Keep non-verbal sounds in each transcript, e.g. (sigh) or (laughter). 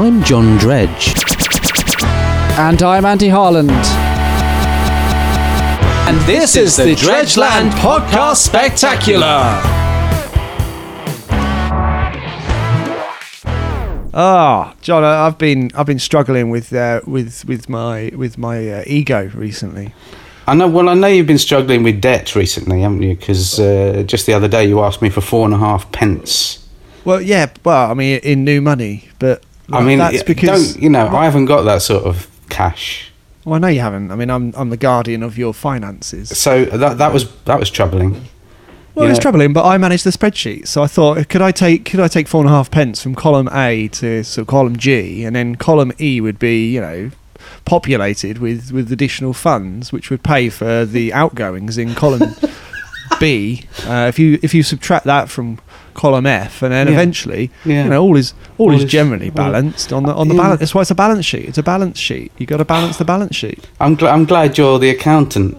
I'm John Dredge. And I'm Andy Harland. And this, is the Dredgeland Podcast Spectacular. Ah, John, I- I've been I've been struggling with uh, with with my with my uh, ego recently. I know. Well, I know you've been struggling with debt recently, haven't you? Because uh, just the other day you asked me for four and a half pence. Well, yeah, well, I mean, in new money, but I mean, that's it- because don't, you know I haven't got that sort of cash. well, I know you haven't. I mean, I'm I'm the guardian of your finances. So that that was that was troubling. Well, it's Yeah. troubling, but I manage the spreadsheet, so I thought, could I take could I take four and a half pence from column A to sort of column G, and then column E would be you know populated with with additional funds, which would pay for the outgoings in column (laughs) B. Uh, if you if you subtract that from column F, and then Yeah. eventually, Yeah. you know, all is all, All is, is- generally all- balanced on the on the Yeah. balance. That's why it's a balance sheet. It's a balance sheet. You got to balance the balance sheet. I'm gl- I'm glad you're the accountant.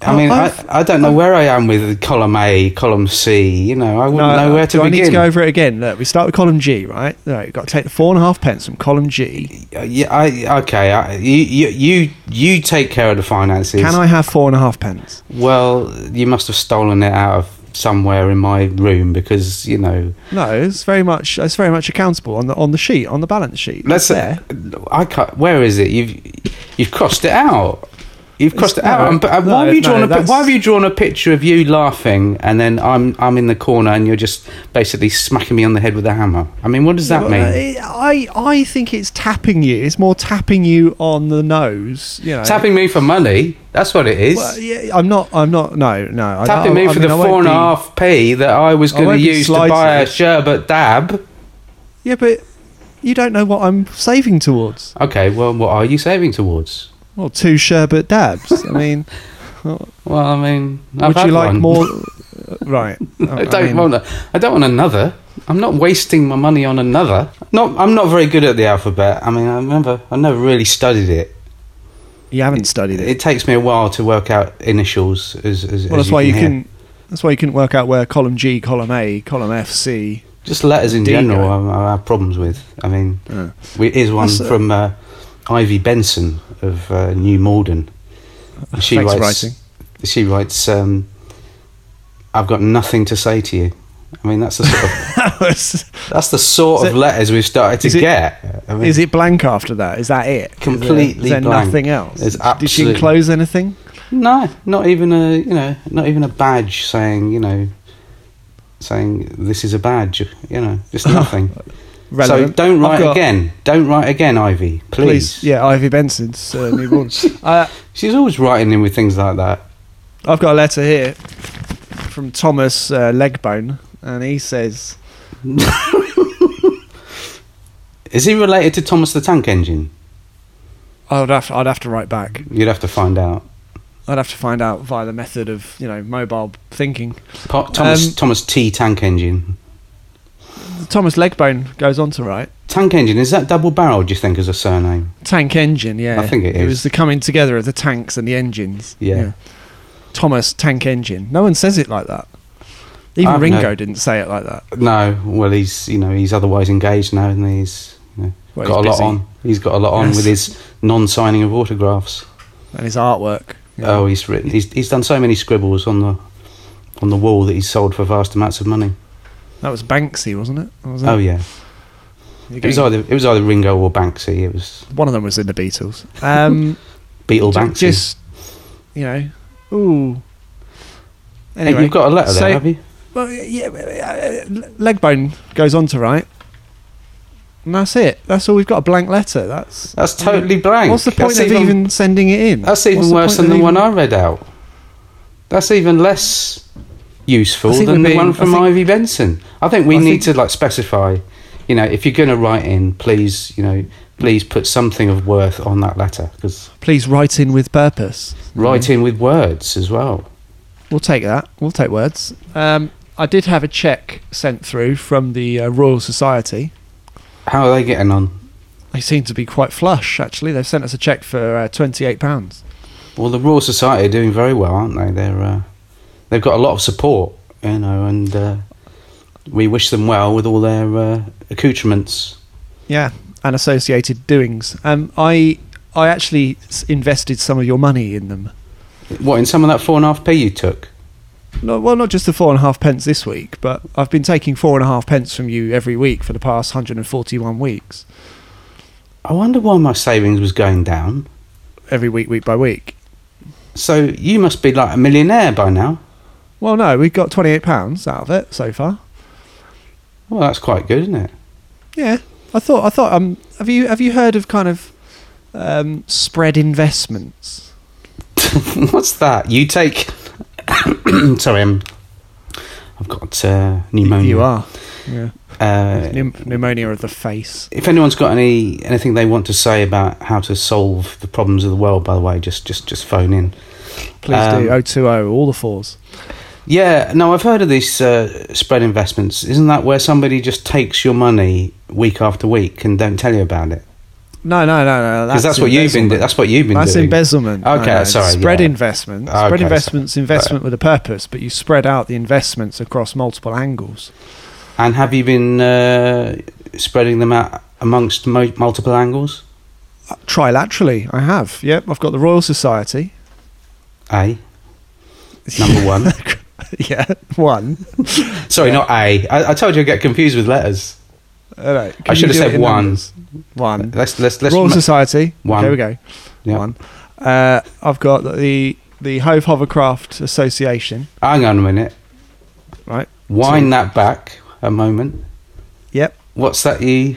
I Oh, mean, I, I've- I don't know where I am with column A, column C. You know, I wouldn't know where to uh, do begin. I need to go over it again? Look, we start with column G, right? Right, you've got to take the four and a half pence from column G. Uh, Yeah, I okay. I, you, you you you take care of the finances. Can I have four and a half pence? Well, you must have stolen it out of somewhere in my room because you know. No, it's very much it's very much accountable on the on the sheet on the balance sheet. Let's there. I can't, where is it? You've you've crossed it out. You've crossed it no, out. And, but, uh, no, why have you no, drawn a pi- that's- Why have you drawn a picture of you laughing and then I'm I'm in the corner and you're just basically smacking me on the head with a hammer? I mean, what does that Well, mean? uh, I I think it's tapping you. It's more tapping you on the nose. You know, Tapping me for money. That's what it is. Well, yeah, I'm not. I'm not. No, no. I- Tapping I- me I for mean, the I won't four and a be- half p that I was I going won't to be use to slighted. buy a sherbet dab. Yeah, but you don't know what I'm saving towards. Okay, well, what are you saving towards? Well, two sherbet dabs. I mean, Well, I mean, (laughs) I've would you had like one. (laughs) more? right. Oh, I I don't mean- want. A, I don't want another. I'm not wasting my money on another. Not. I'm not very good at the alphabet. I mean, I remember I never really studied it. You haven't studied it. It takes me a while to work out initials. As, as Well, as that's why you hear. can. That's why you couldn't work out where column G, column A, column F, (laughs) C. just letters in D go. general. I, I have problems with. I mean, Uh. we, here's one That's, uh, from uh, Ivy Benson of uh, New Malden. She Thanks for writes. writing. She writes. Um, I've got nothing to say to you. I mean, that's the sort of. (laughs) is That's the sort Is of it- letters we've started to is it- get. I mean, it blank after that? Is that it? Is there- Completely Is there, blank. nothing else? There's Did she absolutely- enclose anything? no, not even a you know, not even a badge saying you know, saying this is a badge. You know, (laughs) just nothing. so Relevant. don't I've write got- again. Don't write again, Ivy. Please. Yeah, Ivy Benson's uh, (laughs) newborn. uh, She's always writing in with things like that. I've got a letter here from Thomas uh, Legbone, and he says, Is he related to Thomas the Tank Engine? "I'd have I'd have to write back. You'd have to find out. I'd have to find out via the method of you know mobile thinking." Po- Thomas Um, Thomas T Tank Engine. Thomas Legbone goes on to write. Tank Engine is that double barrel? Do you think as a surname? Tank engine, yeah. I think it It is. was the coming together of the tanks and the engines. Yeah. Thomas Tank Engine. No one says it like that. Even I've Ringo no- didn't say it like that. No. Well, he's you know he's otherwise engaged now, and he's you know, Well, got he's a busy. lot on. He's got a lot on Yes. with his non-signing of autographs. And his artwork. you know. Oh, he's written. He's, he's done so many scribbles on the on the wall that he's sold for vast amounts of money. That was Banksy, wasn't it? Or was Oh it? yeah, You're it was getting- either it was either Ringo or Banksy. It was One of them was in the Beatles. (laughs) Um, Beetle ju- Banksy. Just, you know. Ooh. Hey, Anyway. you've got a letter so- there, have you? Well, yeah, uh, Legbone goes on to write. And that's it. That's all we've got. A blank letter. That's. That's totally blank. What's the point that's of even, sending it in? That's What's even the worse point than of the one even- I read out. That's even less useful I think than we're the being- I one from think- Ivy Benson. I think we I need think- to like specify. You know, if you're going to write in, please, you know, please put something of worth on that letter because Please write in with purpose. write Mm-hmm. in with words as well. We'll take that. We'll take words. Um, I did have a check sent through from the uh, Royal Society. How are they getting on? They seem to be quite flush, actually. They've sent us a check for uh, £28. Well, the Royal Society are doing very well, aren't they? They're uh, they've got a lot of support, you know, and uh, we wish them well with all their uh, accoutrements. Yeah. and associated doings. Um, I I actually s- invested some of your money in them. What in some of that four and a half p you took? No, well, not just the four and a half pence this week, but I've been taking four and a half pence from you every week for the past 141 weeks, I wonder why my savings was going down. every week, week by week. So you must be like a millionaire by now. Well, no, we've got 28 pounds out of it so far. Well, that's quite good, isn't it? (laughs) Yeah, I thought I thought um have you have you heard of kind of um, spread investments? What's that? You take. (coughs) Sorry, I'm. I've got uh, pneumonia. You are. Yeah. Uh, Pneum- pneumonia of the face. if anyone's got any anything they want to say about how to solve the problems of the world, by the way, just just just phone in. Please Um, do 020, all the fours. Yeah, no, I've heard of these uh, spread investments. Isn't that where somebody just takes your money week after week and don't tell you about it? No, no, no, no. Because that's, what you've been. Do- embezzlement. that's what you've been That's doing. embezzlement. Okay, No, no, sorry, Spread yeah. investments. Okay, spread so- investments, investment with a purpose, but you spread out the investments across multiple angles. and have you been uh, spreading them out amongst mo- multiple angles? Uh, Trilaterally, I have. Yep, I've got the Royal Society. (laughs) A number one. (laughs) yeah, one. Sorry, not A. I, I told you I get confused with letters. All right, can I should you have do it said in one. numbers? One. Let's let's let's. Royal ma- Society. One. There we go. Yeah. One. Uh, I've got the the Hove Hovercraft Association. Hang on a minute. Right. Wind that back a moment. Yep. What's that? You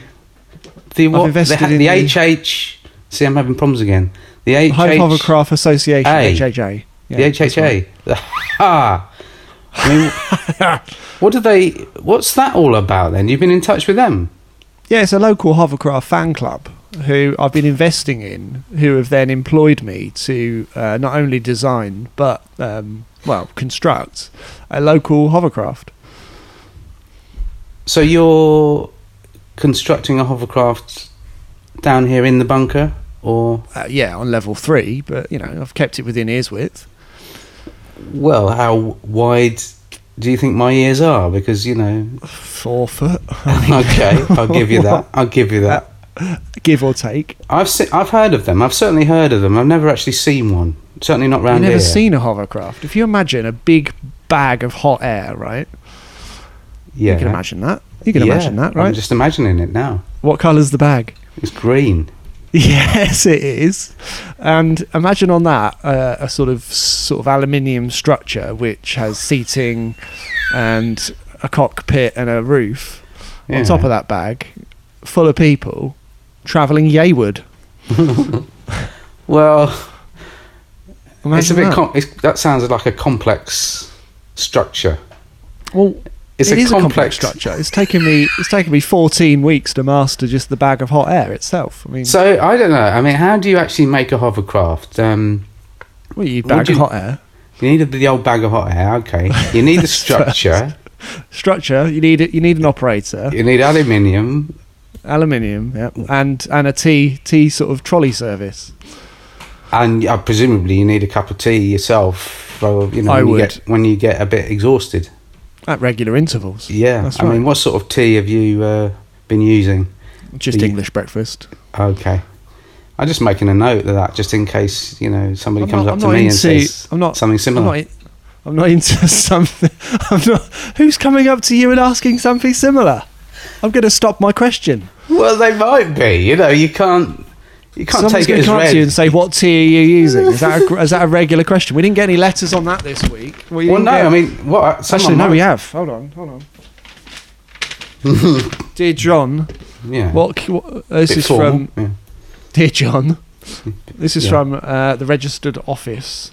the what? The, invested in the the- HH. See, I'm having problems again. The HH. Hove Hovercraft Association. A. HHA. The HHA. Ha. I mean, (laughs) what do they? What's that all about? Then you've been in touch with them. Yeah, it's a local hovercraft fan club who I've been investing in, who have then employed me to uh, not only design but um, well construct a local hovercraft. So you're constructing a hovercraft down here in the bunker, or Uh, yeah, on level three, but you know I've kept it within ears width. well, how wide do you think my ears are? Because you (laughs) know, Four foot, (laughs) okay, I'll give you that. I'll give you that. give or take. I've se- I've heard of them. I've certainly heard of them. I've never actually seen one. Certainly not I've round never here. seen a hovercraft. If you imagine a big bag of hot air, right? Yeah, You can imagine that. You can Yeah, imagine that, right? I'm just imagining it now. What colour's the bag? (laughs) It's green. Yes, it is. And imagine on that uh, a sort of sort of aluminium structure which has seating and a cockpit and a roof Yeah. on top of that bag, full of people travelling yayward. Well, Imagine it's a bit. that. Com- it's, that sounds like a complex structure. well, It's it a is complex- structure. It's taken me it's taken me 14 weeks to master just the bag of hot air itself. I mean, So I don't know. I mean, how do you actually make a hovercraft? Um, well, you would bag you- of hot air you need a, the old bag of hot air. Okay. You need the (laughs) structure. structure. You need it. You need an operator, you need aluminium. aluminium, yeah, and and a tea tea sort of trolley service. And uh, presumably you need a cup of tea yourself. Well, you know, I when would. You get, when you get a bit exhausted. At regular intervals. Yeah, That's I right. mean, what sort of tea have you uh, been using? Just the- English breakfast. Okay, I'm just making a note of that, just in case you know somebody comes up to me and says I'm not something I'm similar. not, in- I'm not into (laughs) something. I'm not. Who's coming up to you and asking something similar? I'm going to stop my question. well, they might be. You know, you can't you can't Someone's take going it to as come up read. to you and say, "What tea are you using?" Is that a, is that a regular question? We didn't get any letters on that this week. We well, didn't no, get- I mean, what? actually, someone no, we might- have. Hold on, hold on. (laughs) Dear John, yeah. what? c- what this Bit is formal, from yeah. (laughs) Dear John, this is Yeah. from uh, the registered office,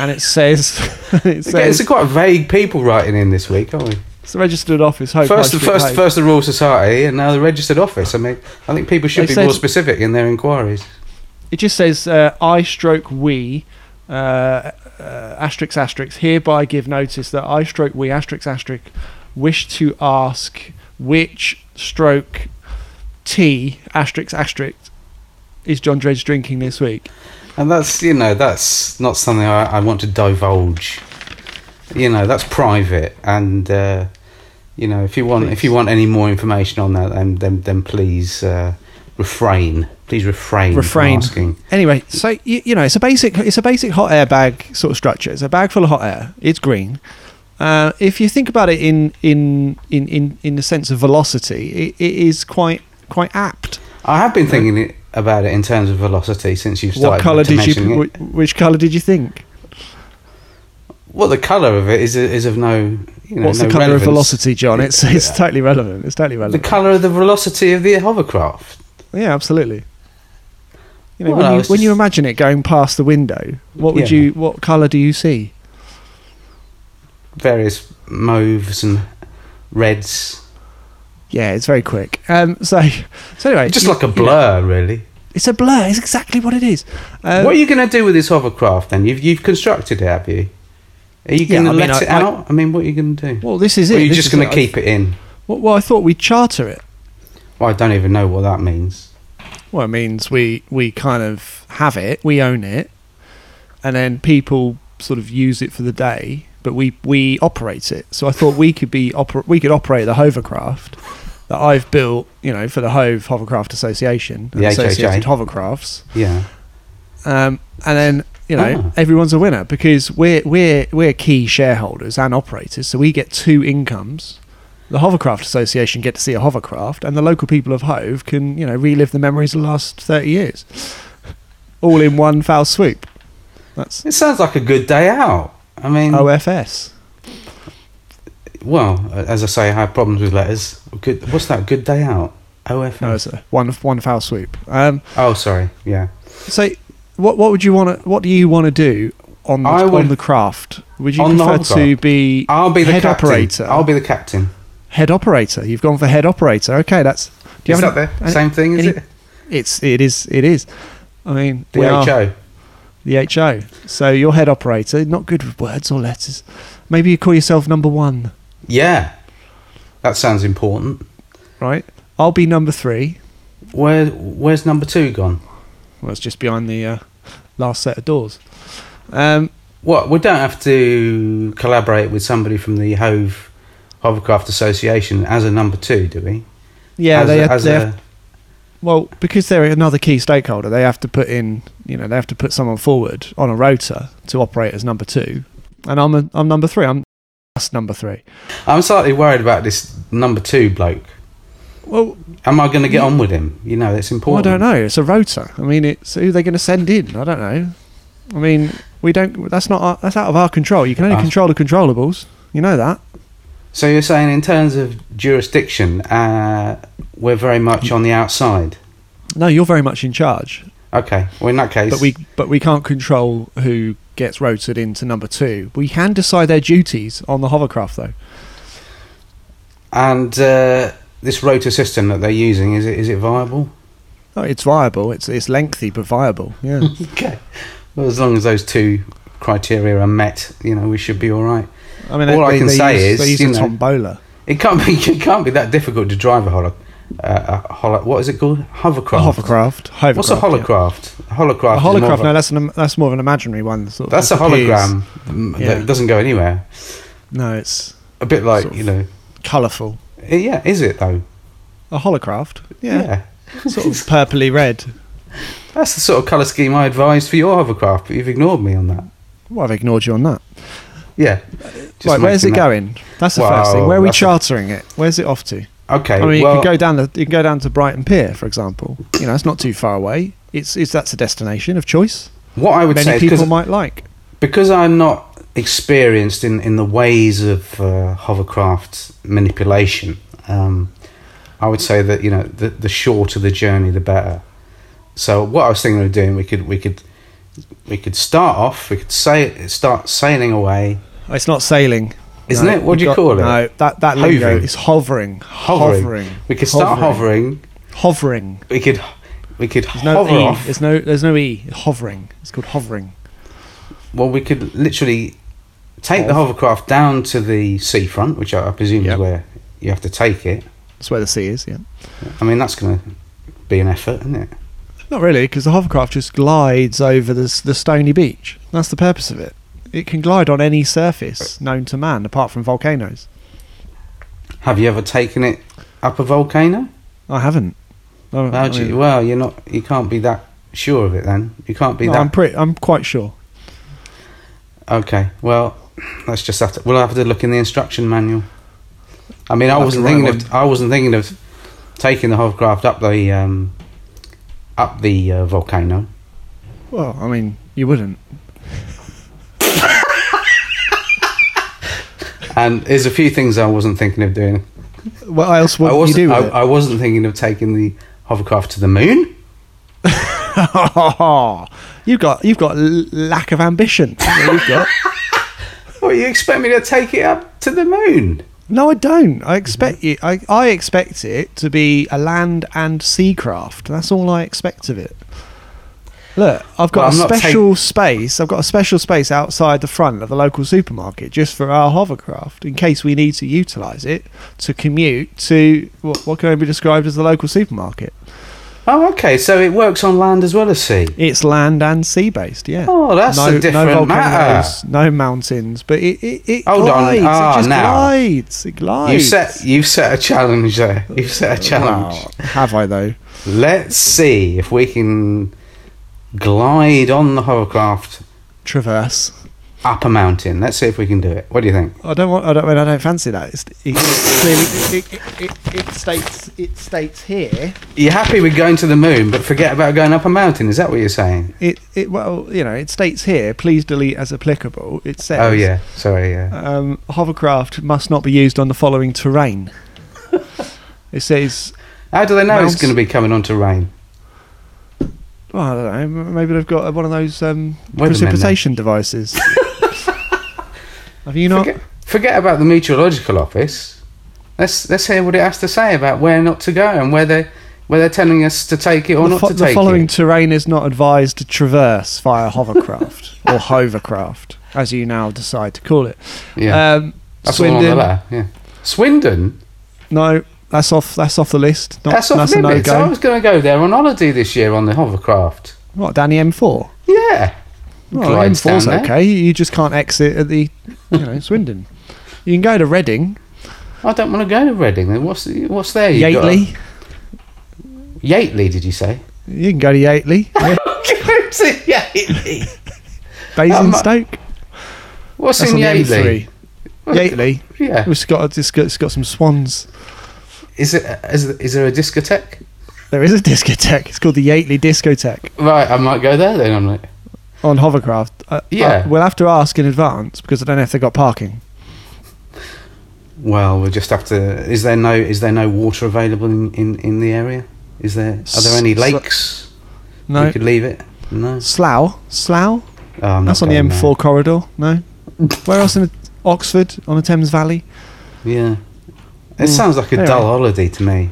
and it says, (laughs) it Again, says it's quite vague people writing in this week, aren't we? it's the registered office. Hope First, High the Street first, Hope. first the Royal Society, and now the Registered Office. I mean, I think people should They be more said- specific in their inquiries. It just says uh, I stroke we. Uh, uh, asterisk asterisk hereby give notice that I stroke we asterisk asterisk wish to ask which stroke tea asterisk asterisk is John Dredge drinking this week? And that's, you know, that's not something I, I want to divulge. You know, that's private. And, uh, you know, if you want, if you want any more information on that, then, then, then please uh, refrain. Please refrain. from refrain. asking. Anyway, so you, you know, it's a basic it's a basic hot air bag sort of structure. It's a bag full of hot air. It's green. Uh, if you think about it in in in in, in the sense of velocity, it, it is quite quite apt. I have been thinking it, about it in terms of velocity since you started. Uh, what color to did mentioning you? It. wh- Which color did you think? Well, the color of it is is of no. You know, What's no the color relevance. of velocity, John? It's it's totally relevant. It's totally The relevant. color of the velocity of the hovercraft. yeah, absolutely. You know, Well, when, no, you, it's when you just- imagine it going past the window, what would Yeah. you? What color do you see? Various mauves and reds. Yeah, it's very quick. Um, so, (laughs) so anyway, Just you- like a blur, really. It's a blur. It's exactly what it is. Uh, what are you going to do with this hovercraft then? You've you've constructed it, have you? Are you Yeah, going I to mean, let I- it I- out? I mean, what are you going to do? well, this is it. Or are you This just is going it. to keep it in? Well, well, I thought we'd charter it. Well, I don't even know what that means. Well, it means we we kind of have it, we own it, and then people sort of use it for the day, but we we operate it. So I thought we could be oper- we could operate the hovercraft that I've built, you know, for the Hove Hovercraft Association, and The HHA. Associated Hovercrafts. Yeah. um, and then you know Ah. everyone's a winner because we're we're we're key shareholders and operators, so we get two incomes. The hovercraft association get to see a hovercraft, and the local people of Hove can you know relive the memories of the last thirty years, all in one foul swoop. That's It sounds like a good day out. I mean, Oh, OFS. well, as I say, I have problems with letters. Good. What's that? Good day out. OFS. No, it's a one one foul swoop. Um, oh, sorry. Yeah. so, what what would you want to? What do you want to do on the, I on would- the craft? Would you on the prefer to hovercraft? be I'll be the head captain. operator? I'll be the captain. Head operator. You've gone for head operator. Okay, that's. Do is have that any- the any- same thing? Is any- it It's it is it is. I mean, the we are HO? the HO. So your head operator, not good with words or letters. Maybe you call yourself number one, Yeah. That sounds important. right? I'll be number three. Where Where's number two gone? Well, it's just behind the uh, last set of doors. Um, What? We don't have to collaborate with somebody from the Hove Hovercraft Association as a number two, do we? yeah, as they, a, have, as they a- have- well because they're another key stakeholder. They have to put in, you know, they have to put someone forward on a rotor to operate as number two, and I'm a, I'm number three. I'm just number three. I'm slightly worried about this number two bloke. Well, Am I going to get on with him? You know, it's Well, I important. don't know. It's a rotor. I mean, it's who they're going to send in. I don't know. I mean, we don't. That's not. Our, that's out of our control. You can only Ah. control the controllables. You know that. So you're saying, in terms of jurisdiction, uh, we're very much on the outside. No, you're very much in charge. Okay. Well, in that case, But we. But we can't control who gets rotated into number two. We can decide their duties on the hovercraft, though. and uh, this rotor system that they're using is it is it viable? (laughs) Oh, it's viable. It's it's lengthy but viable. Yeah. Okay. Well, as long as those two criteria are met, you know, we should be all right. I mean, All I can say is, use, they use you a know- tombola. It can't be. (laughs) It can't be that difficult to drive a holo. Uh, a holo what is it called? A Hovercraft. hovercraft. hovercraft. What's a yeah. holocraft? A Holocraft. A is more of holocraft. a- No, that's an, that's more of an imaginary one. Sort of That's a disappears. hologram mm, Yeah. that doesn't go anywhere. No, it's A bit like Sort you know. colourful. eh, Yeah, is it though? A holocraft? Yeah. (laughs) Sort of purpley red. That's the sort of colour scheme I advised for your hovercraft, but you've ignored me on that. Well, I've ignored you on that. Yeah. Just right, where's it making that- going? That's the first thing. Wow, Where are we that's a- chartering it? Where's it off to? Okay. I mean, well, you could go down the, you can go down to Brighton Pier, for example. You know, it's not too far away. It's, it's that's a destination of choice. what I would say Many is 'cause- people might like. because I'm not experienced in, in the ways of uh, hovercraft manipulation, um, I would say that you know the, the shorter the journey, the better. So what I was thinking of doing, we could we could we could start off, we could say start sailing away. It's not sailing, Isn't it? What do you You've call it? No, that that lingo Hovering. is hovering, Hovering. hovering. We could start hovering. hovering. We could we could There's no hover e. off. There's no there's no e. Hovering. It's called hovering. Well, we could literally take the hovercraft down to the seafront, which I, I presume Yep. is where you have to take it. That's where the sea is. Yeah. I mean, that's going to be an effort, isn't it? Not really, because the hovercraft just glides over the, s- the stony beach. That's the purpose of it. It can glide on any surface known to man, apart from volcanoes. Have you ever taken it up a volcano? I haven't. I, How I do you, mean, well, you're not. You can't be that sure of it. Then you can't be no, that. I'm pretty. I'm quite sure. okay. Well, let's just have to. We'll have to look in the instruction manual. I mean, I We'll have to wasn't write thinking of. I wasn't thinking of taking the hovercraft up the um, up the uh, volcano. Well, I mean, you wouldn't. And there's a few things I wasn't thinking of doing. What else would I you wasn't. do with I, it? I wasn't thinking of taking the hovercraft to the moon. (laughs) (laughs) you've got you've got l- lack of ambition. That's what you've got. What you expect me to take it up to the moon? No, I don't. I expect you. I, I expect it to be a land and sea craft. That's all I expect of it. Look, I've Well, got I'm a not ta- special space. I've got a special space outside the front of the local supermarket just for our hovercraft in case we need to utilise it to commute to what, what can only be described as the local supermarket. Oh, okay. So it works on land as well as sea. It's land and sea based. Yeah. Oh, that's a different no matter. volcanoes, No mountains, but it it, it Hold on. glides. Ah, it just now. glides. It glides. You set you've set a challenge there. You've set a challenge. Wow, have I though? Let's see if we can glide on the hovercraft Traverse. up a mountain. Let's see if we can do it. What do you think? I don't want. I don't. I, mean, I don't fancy that. It's, it's clearly it, it, it, it states. It states here. You're happy with going to the moon, but forget about going up a mountain. Is that what you're saying? It. It. Well, you know, it states here. Please delete as applicable. It says. Oh yeah. Sorry. Yeah. Um, hovercraft must not be used on the following terrain. it says. How do they know it's Mounts- going to be coming onto rain? Well, I don't know. m- Maybe they've got uh, one of those um, Weathermen, precipitation devices. (laughs) Have you not? Forget, forget about the meteorological office. Let's let's hear what it has to say about where not to go and where they where they're telling us to take it or the, not fo- to the take following it. terrain is not advised to traverse (laughs) via hovercraft or hovercraft, as you now decide to call it. Yeah. Um, That's all on the Swindon. letter. Yeah. Swindon. no, that's off. That's off the list. Not, that's off a no limits. I go. was going to go there on holiday this year on the hovercraft. What Danny M4? Yeah. Well, Glides M4's down there. okay. You just can't exit at the, you know, (laughs) Swindon. You can go to Reading, I don't want to go to Reading. then. What's what's there? you got? Yateley. Yateley, did you say? You can go (laughs) to Yateley, yeah, Go to Yateley. Basingstoke. What's That's in on the Yateley? M3. Yateley. (laughs) Yeah. It's got, it's got it's got some swans. Is it is, is there a discotheque? There is a discotheque. It's called the Yateley Discotheque Right, I might go there then. I'm like, on hovercraft. Uh, Yeah. uh, we'll have to ask in advance because I don't know if they got parking. well, we'll just have to. Is there no is there no water available in, in, in the area? Is there are there any S- lakes? No. We could leave it. No. Slough, Slough. Oh, I'm not That's on the going M4 corridor. (laughs) No. Where else in the, Oxford on the Thames Valley? there. Yeah. It sounds like a Anyway. dull holiday to me.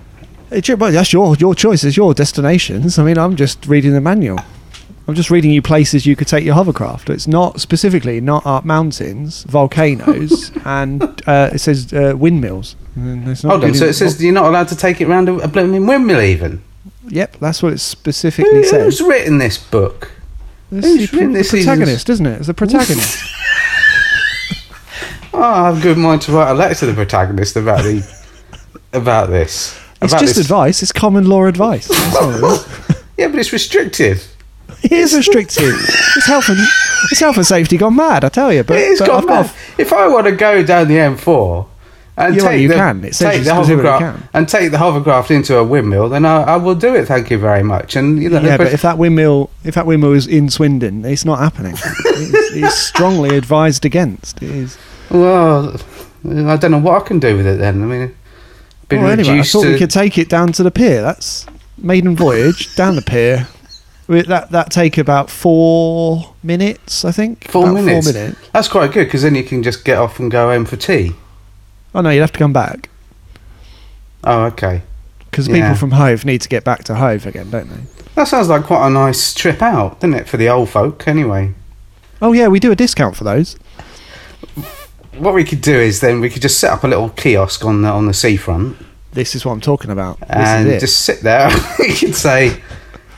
It's your- well, that's your your choice. It's your destinations. I mean, I'm just reading the manual. I'm just reading you places you could take your hovercraft. It's not specifically not up mountains, (laughs) volcanoes, and uh, it says uh, windmills. And it's not Hold on, really- so it says you're not allowed to take it round a, a blooming windmill even? Yep, that's what it Who- specifically who's says. written this book? This who's is the, written the this season's- protagonist, isn't it? It's the protagonist. Oh, I have a good mind to write a letter to the protagonist about (laughs) the about this. it's about just this. advice. It's common law (laughs) advice. That's all it is. Yeah, but it's restrictive. it is restrictive. It's health and it's health and safety gone mad. I tell you, but, It is but gone I've got mad. If I want to go down the M4 and Yeah, well, take you the, can. It says take you the specifically hovercraft can. and take the hovercraft into a windmill, then I, I will do it. Thank you very much. And you know, Yeah, but- but if that windmill, if that windmill is in Swindon, it's not happening. it's, it's strongly advised against. It is. well, I don't know what I can do with it then. I mean, been Well, anyway, I reduced thought to we could take it down to the pier. That's maiden voyage down the pier. We- That that take about four minutes, I think. four About minutes. Four minutes. That's quite good because then you can just get off and go home for tea. Oh no, you'd have to come back Oh, okay. because Yeah. people from Hove need to get back to Hove again, don't they? That sounds like quite a nice trip out, doesn't it, for the old folk? Anyway, Oh yeah, we do a discount for those. what we could do is then we could just set up a little kiosk on the on the seafront This is what I'm talking about. This and is it. just sit there. (laughs) we could say,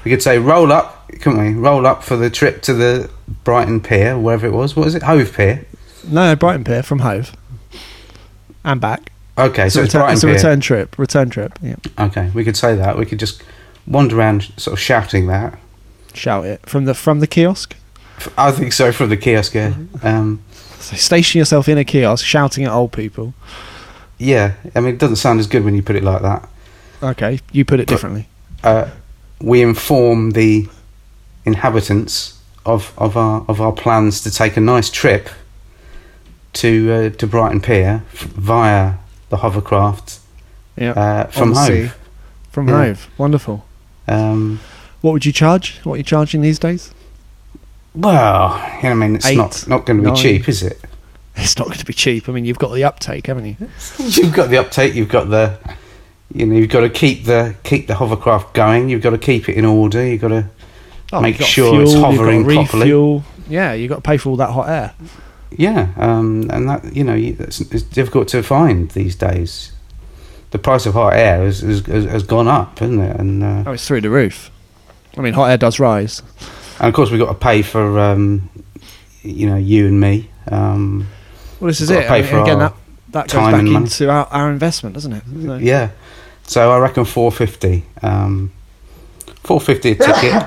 we could say, roll up, couldn't we? Roll up for the trip to the Brighton Pier, wherever it was. What was it? Hove Pier. no Brighton Pier from Hove and back. Okay, so, it's it's a return, Brighton it's a Pier. return trip. Return trip. Yeah. Okay, we could say that. We could just wander around sort of shouting that. Shout it from the from the kiosk. F- I think so from the kiosk. Yeah. Mm-hmm. Um, So station yourself in a kiosk, shouting at old people. yeah. I mean, it doesn't sound as good when you put it like that. Okay, you put it differently. Uh, we inform the inhabitants of, of our of our plans to take a nice trip to uh, to Brighton Pier f- via the hovercraft Yeah, uh, from the sea. Hove. from Yeah. Hove. Wonderful. Um, What would you charge? What are you charging these days? (laughs) well, you know, I mean, it's Eight, not not going to nine. be cheap, is it? It's not going to be cheap. I mean, you've got the uptake, haven't you? You've got the uptake. You've got the, you know, you've got to keep the keep the hovercraft going. You've got to keep it in order. You've got to Make Oh, you've got sure it's you've got hovering properly. refuel. Yeah, you've got to pay for all that hot air. Yeah, um, and that you know you- it's, it's difficult to find these days. The price of hot air has has, has has gone up, hasn't it? And uh, Oh, it's through the roof. I mean, hot air does rise. and of course we've got to pay for um, you know you and me. Um, Well, this is Gotta it. pay I mean, for again, our that that goes time back and money. into our, our investment, doesn't it? So- yeah, so I reckon four fifty. Um, four fifty a ticket.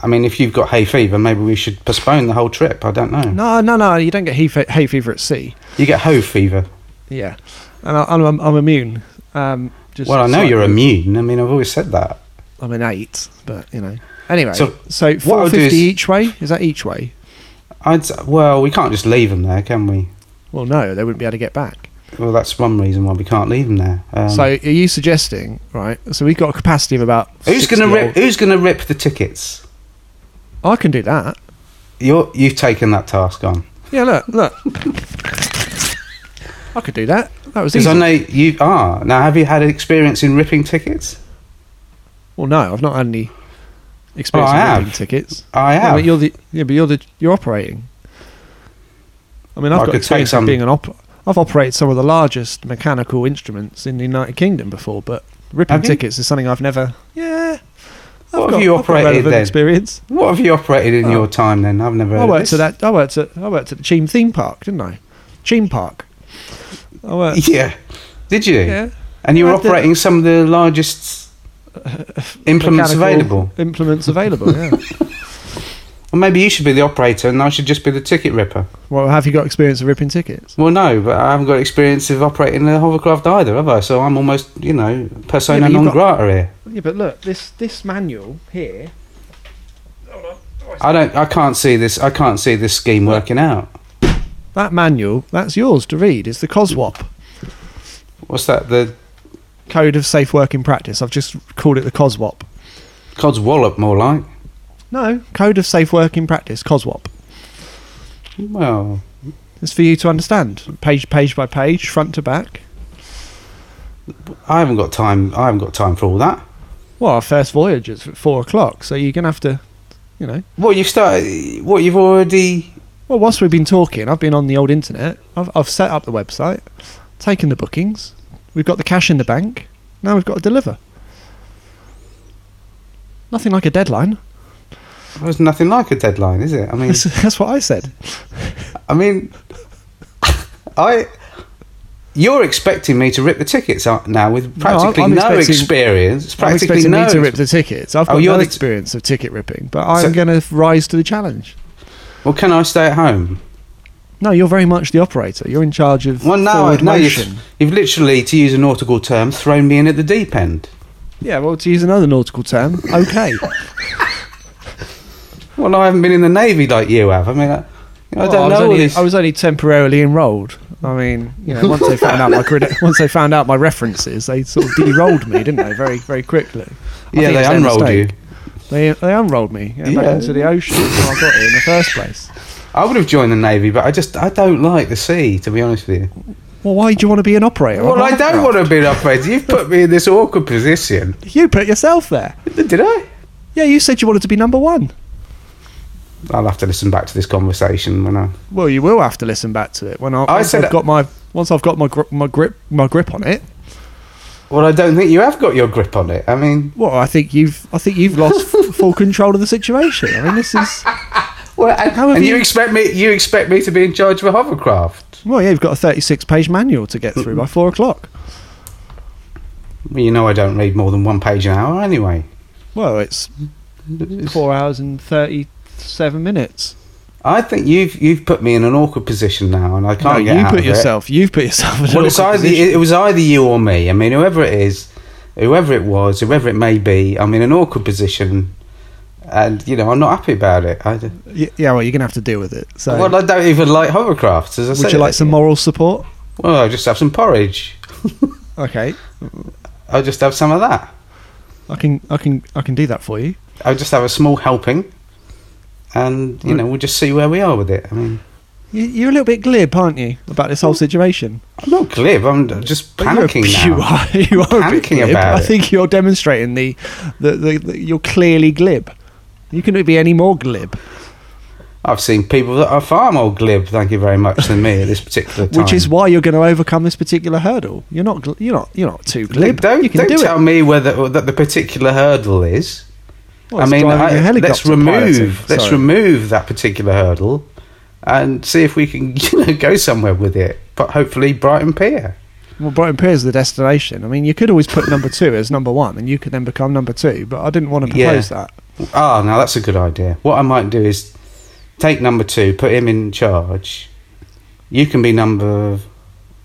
I mean, if you've got hay fever, maybe we should postpone the whole trip. I don't know. No, no, no. You don't get hay, fe- hay fever at sea. You get hoe fever. Yeah, and I, I'm, I'm I'm immune. Um, just Well, I know slightly. you're immune. I mean, I've always said that. I'm an eight, but you know. Anyway, so, So, four I'll do fifty is- each way. Is that each way? I'd s- well, we can't just leave them there, can we? Well, no, they wouldn't be able to get back. Well, that's one reason why we can't leave them there. Um, so, are you suggesting right? So we've got a capacity of about. who's 60 going to old- rip? Who's going to rip the tickets? I can do that. You're, you've taken that task on Yeah, look, look. I could do that. That was because easy. I know you are. Now, have you had experience in ripping tickets? well, no, I've not had any experience Oh, I with have. winning tickets. I Yeah, have. but you're the yeah, but you're the you're operating. I mean, I've I could got take experience some- of being an op. I've operated some of the largest mechanical instruments in the United Kingdom before, but ripping Have you? tickets is something I've never. Yeah. I've What have got, you I've got operated relevant then? Experience. what have you operated in Oh. your time? Then I've never. I heard of worked this. at that. I worked at. I worked at the Cheam theme park, didn't I? Cheam Park. I (laughs) worked. Yeah. Did you? Yeah. And you I were had the- operating some of the (laughs) largest implements mechanical available. Implements available. (laughs) Yeah. Well, maybe you should be the operator, and I should just be the ticket ripper. well, have you got experience of ripping tickets? Well, no, but I haven't got experience of operating a hovercraft either, have I? So I'm almost, you know, Yeah, persona but you've non got- grata here. Yeah, but look, this this manual here. I don't. I can't see this. I can't see this scheme working out. That manual, that's yours to read. It's the COSWAP. What's that? The Code of Safe Working Practice. I've just called it the COSWAP. Cod's wallop, more like. No, Code of Safe Working Practice, COSWAP. Well, It's for you to understand, page page by page, front to back. I haven't got time. I haven't got time for all that. Well, our first voyage is at four o'clock, so you're gonna have to, you know. What you've started? What you've already? Well, whilst we've been talking, I've been on the old internet. I've I've set up the website, taken the bookings. We've got the cash in the bank. Now we've got to deliver. Nothing like a deadline. There's nothing like a deadline, is it? I mean, That's, (laughs) that's what I said. I mean, (laughs) I. You're expecting me to rip the tickets out now with No, I'm- practically I'm no, expecting- experience. I'm Practically expecting no. me to rip the tickets. I've Oh, got you're no the- experience of ticket ripping, but I'm So- going to rise to the challenge. well, can I stay at home? No, you're very much the operator. You're in charge of Well, now, forward now motion. you've, you've literally, to use a nautical term, thrown me in at the deep end. Yeah, well, to use another nautical term, (laughs) okay. Well, I haven't been in the navy like you have. I mean, I, I Well, don't was know all only, this. I was only temporarily enrolled. I mean, you know, once they found out my (laughs) credit, once they found out my references, they sort of de-rolled me, didn't they? Very, very quickly. I yeah, think they it's their unrolled mistake. you. They, they unrolled me yeah, back Yeah. into the ocean. That's how I got here in the first place. I would have joined the navy, but I just I don't like the sea, to be honest with you. Well, why do you want to be an operator? Well, I don't want to be an operator. You've put me in this awkward position. to. You put yourself there. Did I? Yeah, you said you wanted to be number one. I'll have to listen back to this conversation when I. Well, you will have to listen back to it when I, I once said I've it- got my once I've got my grip my grip my grip on it. Well, I don't think you have got your grip on it. I mean, Well, I think you've I think you've (laughs) lost f- full control of the situation. I mean, this is well, and, How have and you, you- expect me you expect me to be in charge of a hovercraft? well, yeah, you've got a thirty-six page manual to get through by four o'clock. Well, you know I don't read more than one page an hour anyway. Well, it's four hours and thirty-seven minutes. I think you've you've put me in an awkward position now, and I can't no, get you out put of yourself. You've put yourself. In It. an Well, it's awkward either position. it was either you or me. I mean, whoever it is, whoever it was, whoever it may be, I'm in an awkward position, and you know I'm not happy about it. I, d- Y- yeah, well, you're gonna have to deal with it. So, well, I don't even like hovercrafts. As I would said, you like some moral support? Well, I just have some porridge. Okay, I'll just have some of that. I can, I can, I can do that for you. I'll just have a small helping, and you Right. know we'll just see where we are with it. I mean, you you're a little bit glib, aren't you, about this whole situation? I'm not glib. I'm just But you're a- panicking now. (laughs) You are, you are a bit Panicking glib. about I it. think you're demonstrating the, the, the, the you're clearly glib. You couldn't be any more glib, I've seen people that are far more glib, thank you very much, than me at this particular time. which is why you're going to overcome this particular hurdle. You're not, gl- you're not, you're not too glib. Don't, you can don't do tell it. me whether that the particular hurdle is. Well, I it's mean, driving I- a let's helicopter remove piloting. let's Sorry. remove that particular hurdle, and see if we can (laughs) you know go somewhere with it. But hopefully, Brighton Pier. Well, Brighton Pier is the destination. I mean, you could always put number two as number one, and you could then become number two. But I didn't want to Yeah. propose that. Ah, now that's a good idea. What I might do is take number two, put him in charge. You can be number.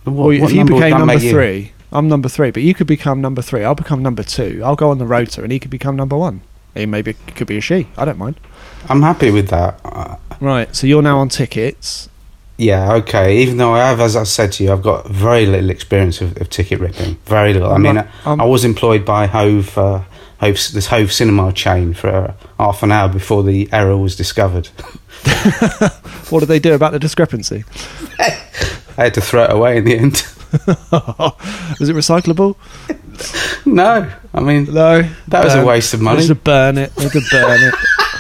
What, Well, what if you number would became that number make you? three, I'm number three, but you could become number three. I'll become number two. I'll go on the rotor, and he could become number one. He maybe it could be a she. I don't mind. I'm happy with that. Uh, Right. So you're now on tickets. Yeah, okay. Even though I have, as I said to you, I've got very little experience of, of ticket ripping. Very little. I I'm mean, not- I, I'm- I was employed by Hove, uh, Hove, this Hove cinema chain for uh, half an hour before the error was discovered. (laughs) What do they do about the discrepancy? (laughs) I had to throw it away in the end. (laughs) Is it recyclable? no, I mean, No. that was a Burn. waste of They money. Just burn it. They could burn (laughs) it,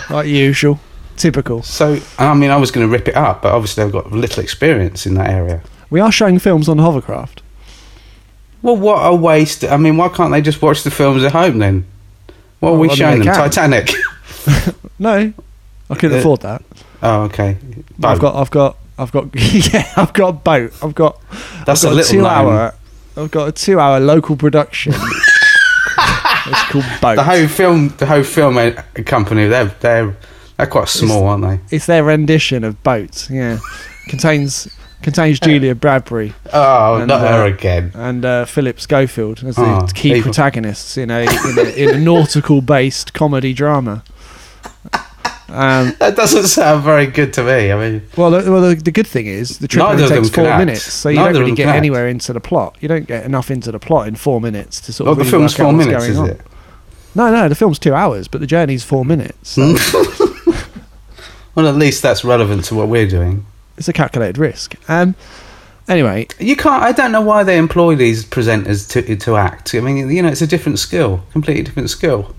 like usual. Typical. So, I mean, I was going to rip it up, but obviously I've got little experience in that area. We are showing films on hovercraft. Well, what a waste. I mean, why can't they just watch the films at home then? What are Well, we I mean, showing they them? can. Titanic. (laughs) No, I couldn't Uh, afford that. oh, okay. I've got, I've got, I've got, (laughs) yeah, I've got a boat. I've got, That's I've a got little known- two-hour. I've got a two-hour (laughs) local production. it's called boat. The whole film, the whole film uh, company, they're they're they're quite small, aren't they? it's their rendition of boat. Yeah, contains contains Julia Bradbury Oh, And, not uh, her again. and uh, Philip Schofield as the Ah, key evil. protagonists in a in a, in a nautical-based comedy drama. Um, That doesn't sound very good to me. I mean, Well, the, well, the, the good thing is the trip Neither only of them takes can four act. minutes, so you Neither of don't really them get can act. anywhere into the plot. You don't get enough into the plot in four minutes to sort well, of. the really film's work out four what's minutes, going is on. it? No, no, the film's two hours, but the journey's four minutes. so Well, at least that's relevant to what we're doing. it's a calculated risk. Um, anyway, (laughs) You can't. I don't know why they employ these presenters to to act. I mean, you know, it's a different skill, completely different skill.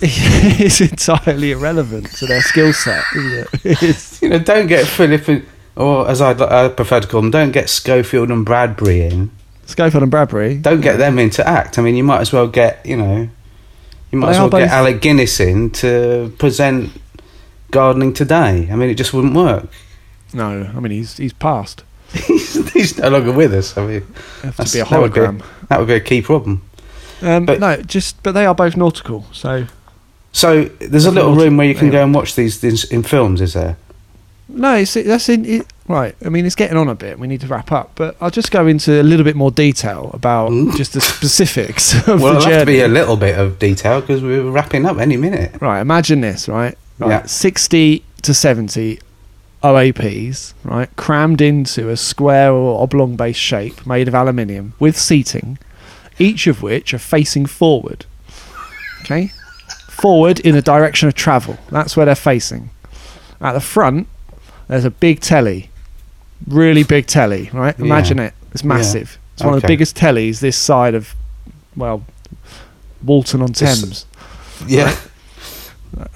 it's entirely irrelevant to their skill set, isn't it? (laughs) It's- You know, don't get Philip and, or as I'd, li- I prefer to call them, don't get Schofield and Bradbury in. Schofield and Bradbury. Don't get them in to act. I mean, you might as well get you know, you might They as are well both- get Alec Guinness in to present gardening today. I mean, it just wouldn't work. (laughs) No, I mean he's he's passed. he's, he's no longer with us. I mean, It has That's- to be a that would be- hologram. that would be a key problem. Um, but- no, just but they are both nautical, so So there's a That's little not- room where you can anyway. go and watch these things in films, is there? No, it's, that's in it, right. I mean, it's getting on a bit. We need to wrap up, but I'll just go into a little bit more detail about Mm. just the specifics (laughs) of well, the it'll journey. have to be a little bit of detail because we're wrapping up any minute. right, imagine this. Right, right, Yeah. sixty to seventy OAPs, right, crammed into a square or oblong-based shape made of aluminium with seating, each of which are facing forward. Okay, forward in the direction of travel. That's where they're facing. At the front, there's a big telly, really big telly, right? Yeah. Imagine it. It's massive. It's one of the Okay. biggest tellies this side of, well, Walton on This- Thames, Yeah,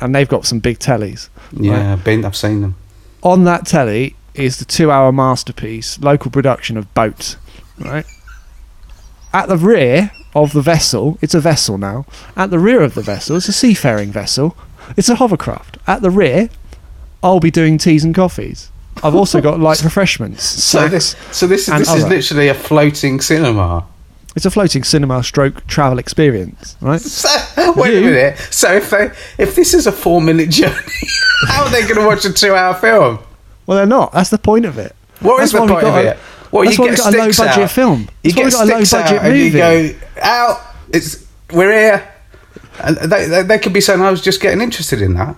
and they've got some big tellies. yeah, I've been, I've seen them. On that telly is the two-hour masterpiece, local production of Boat, right? At the rear of the vessel, it's a vessel now. At the rear of the vessel, it's a seafaring vessel. It's a hovercraft. At the rear, I'll be doing teas and coffees. (laughs) I've also got light refreshments. So snacks. this, so this, and this is other. literally a floating cinema. It's a floating cinema stroke travel experience, right? So, (laughs) wait a You- minute. So if they, if this is a four minute (laughs) journey, how are they going to watch a two hour film? Well, they're not. That's the point of it. What That's is the why we point of got a- it? Well, that's you why we get got a low sticks budget out. film. You That's why we get got a low sticks out budget and movie. you go out. It's we're here, and they, they, they could be saying, "I was just getting interested in that."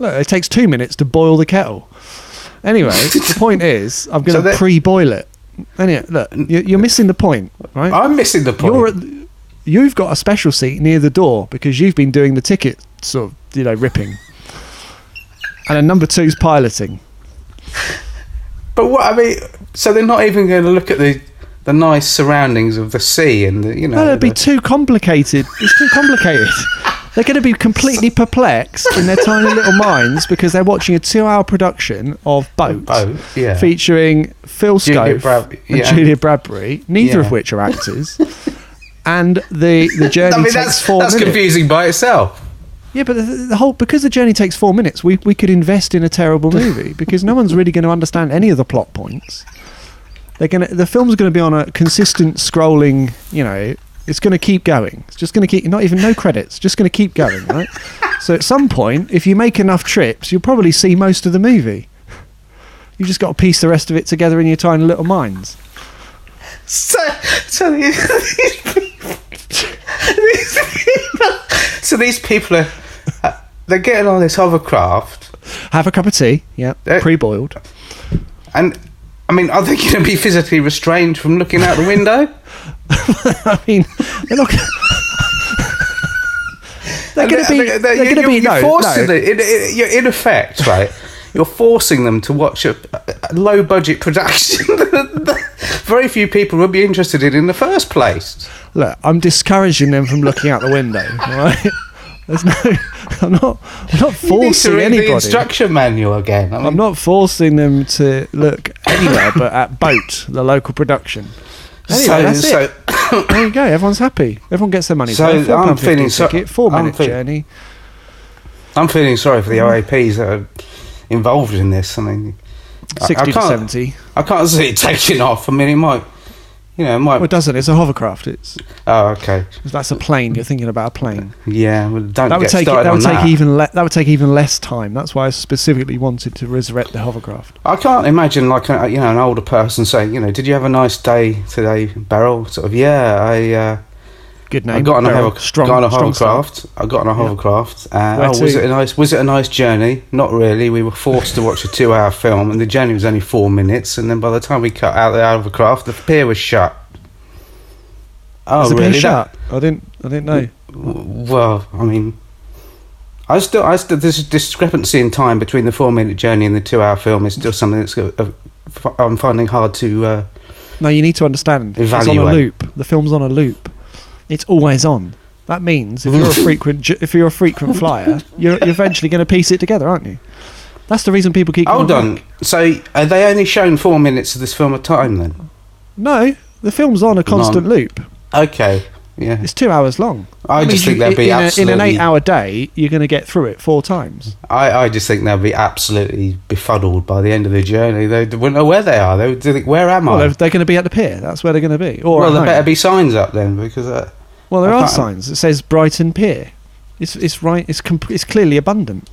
Look, it takes two minutes to boil the kettle. (laughs) Anyway, the point is, I'm So going to that- pre-boil it. Anyway, look, you- you're missing the point, right? I'm missing the Ah, point. You're at, you've got a special seat near the door because you've been doing the ticket sort of, you know, ripping. And then number two's piloting. But what I mean, so they're not even going to look at the the nice surroundings of the sea and the, you know. No, that'd be the- too complicated. It's too complicated. They're going to be completely perplexed in their tiny little minds because they're watching a two-hour production of Boat, Boat, yeah. featuring Phil Julia Scove Brad- and yeah. Julia Bradbury, neither Yeah. of which are actors. and the the (laughs) journey I mean, takes that's four that's minutes. confusing by itself. Yeah, but the, the whole because the journey takes four minutes, we we could invest in a terrible movie because no one's really going to understand any of the plot points. They're gonna the film's going to be on a consistent scrolling. You know, it's going to keep going. It's just going to keep not even no credits. Just going to keep going, right? so at some point, if you make enough trips, you'll probably see most of the movie. You just got to piece the rest of it together in your tiny little minds. So, so these, these people, (laughs) so these people are uh, they're getting on this hovercraft, Have a cup of tea. Yeah, Uh, pre-boiled. and I mean, are they going to be physically restrained from looking out the window? (laughs) I mean, they're not. (laughs) Gonna they're going to be. They're, you- going to be. you're No, forcing no. Them, in, in, you're in effect, right? You're forcing them to watch a, a low budget production (laughs) that that very few people would be interested in in the first place. Look, I'm discouraging them from looking out the window. all Right? (laughs) There's no. I'm not. I'm not You need to forcing read the anybody. instruction manual again. I mean, I'm not forcing them to look anywhere but at Boat, the local production. Anyway, so, that's so, it. There you go. Everyone's happy. Everyone gets their money. So, So I'm feeling so- ticket, four I'm minute feel- journey. I'm feeling sorry for the OAPs that are involved in this. I mean, I- I Sixty to can't- seventy. I can't see it taking off. I mean, it might, you know, it might. Well, it doesn't. It's a hovercraft. It's oh, okay. that's a plane. You're thinking about a plane. Yeah, well, don't that would get take started that would on take that. even le- that would take even less time. That's why I specifically wanted to resurrect the hovercraft. I can't imagine like a, you know an older person saying you know did you have a nice day today Beryl sort of yeah I uh, Good name. I got on a, Beryl. hover- got on a hovercraft I got on a hovercraft uh, Where oh, was to? it a nice was it a nice journey not really we were forced to watch a two hour film and the journey was only four minutes and then by the time we cut out the hovercraft the pier was shut oh Is the really pier That- shut? I didn't I didn't know. w- well I mean I still I still this discrepancy in time between the four minute journey and the two hour film is still something that's go- uh, f- I'm finding hard to. Uh, No, you need to understand. It's on a Evaluate. loop. The film's on a loop. It's always on. That means (laughs) if you're a frequent ju- if you're a frequent flyer, you're, you're eventually going to piece it together, aren't you? That's the reason people keep. coming Hold on. back. So are they only shown four minutes of this film at a time then? No, the film's on a constant Long. loop. Okay. Yeah. It's two hours long. I That just means think you- they'd be in, a, in absolutely. an eight-hour day. You're going to get through it four times. I, I just think they'll be absolutely befuddled by the end of the journey. They d- wouldn't know where they are. They would think, "Where am I?" Well, Well, they're, they're going to be at the pier. That's where they're going to be. Or at there home. better be signs up then because. Uh, Well, there I are can't- signs. It says Brighton Pier. It's it's right. It's com- it's clearly abundant.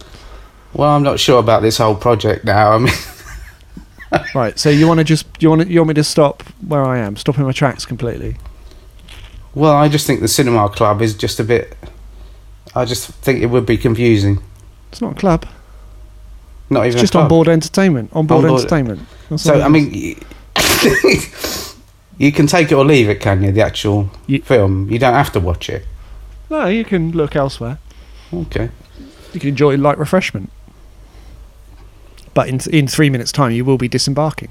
well, I'm not sure about this whole project now. I mean, Right. So you want to just you want you want me to stop where I am, stop in my tracks completely. well, I just think the cinema club is just a bit. I just think it would be confusing. It's not a club. Not even It's a just club. on board entertainment. On board Onboard- entertainment. That's all So it I is. mean, (laughs) you, you can take it or leave it, can you? The actual Ye- film, you don't have to watch it. no, you can look elsewhere. Okay. You can enjoy light refreshment. But in in three minutes' time, you will be disembarking.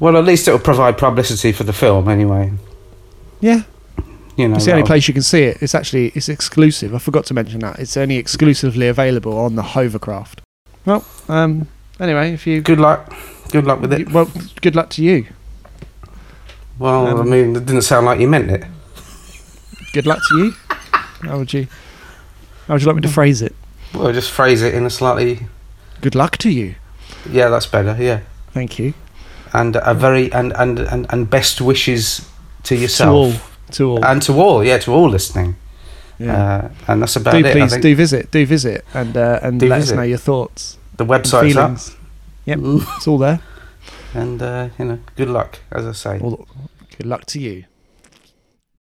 Well, at least it'll provide publicity for the film, anyway. Yeah, You know, it's the only that'll- place you can see it. It's actually it's exclusive. I forgot to mention that. It's only exclusively available on the hovercraft. Well, um, anyway, if you Good luck. Good luck with it. Y- Well, good luck to you. Well, I Um, mean, it didn't sound like you meant it. Good luck to you. How would you? How would you like me to phrase it? Well, just phrase it in a slightly. Good luck to you. Yeah, that's better. Yeah. Thank you. and a very and and and, and best wishes to to all, yourself to all. and to all. Yeah, to all listening. Uh, yeah. and that's about do it. I please think do visit, do visit, and uh, and Do let visit. us know your thoughts, the and website's up, feelings. Yep, it's all there. and uh, you know, good luck. As I say. All, good luck to you.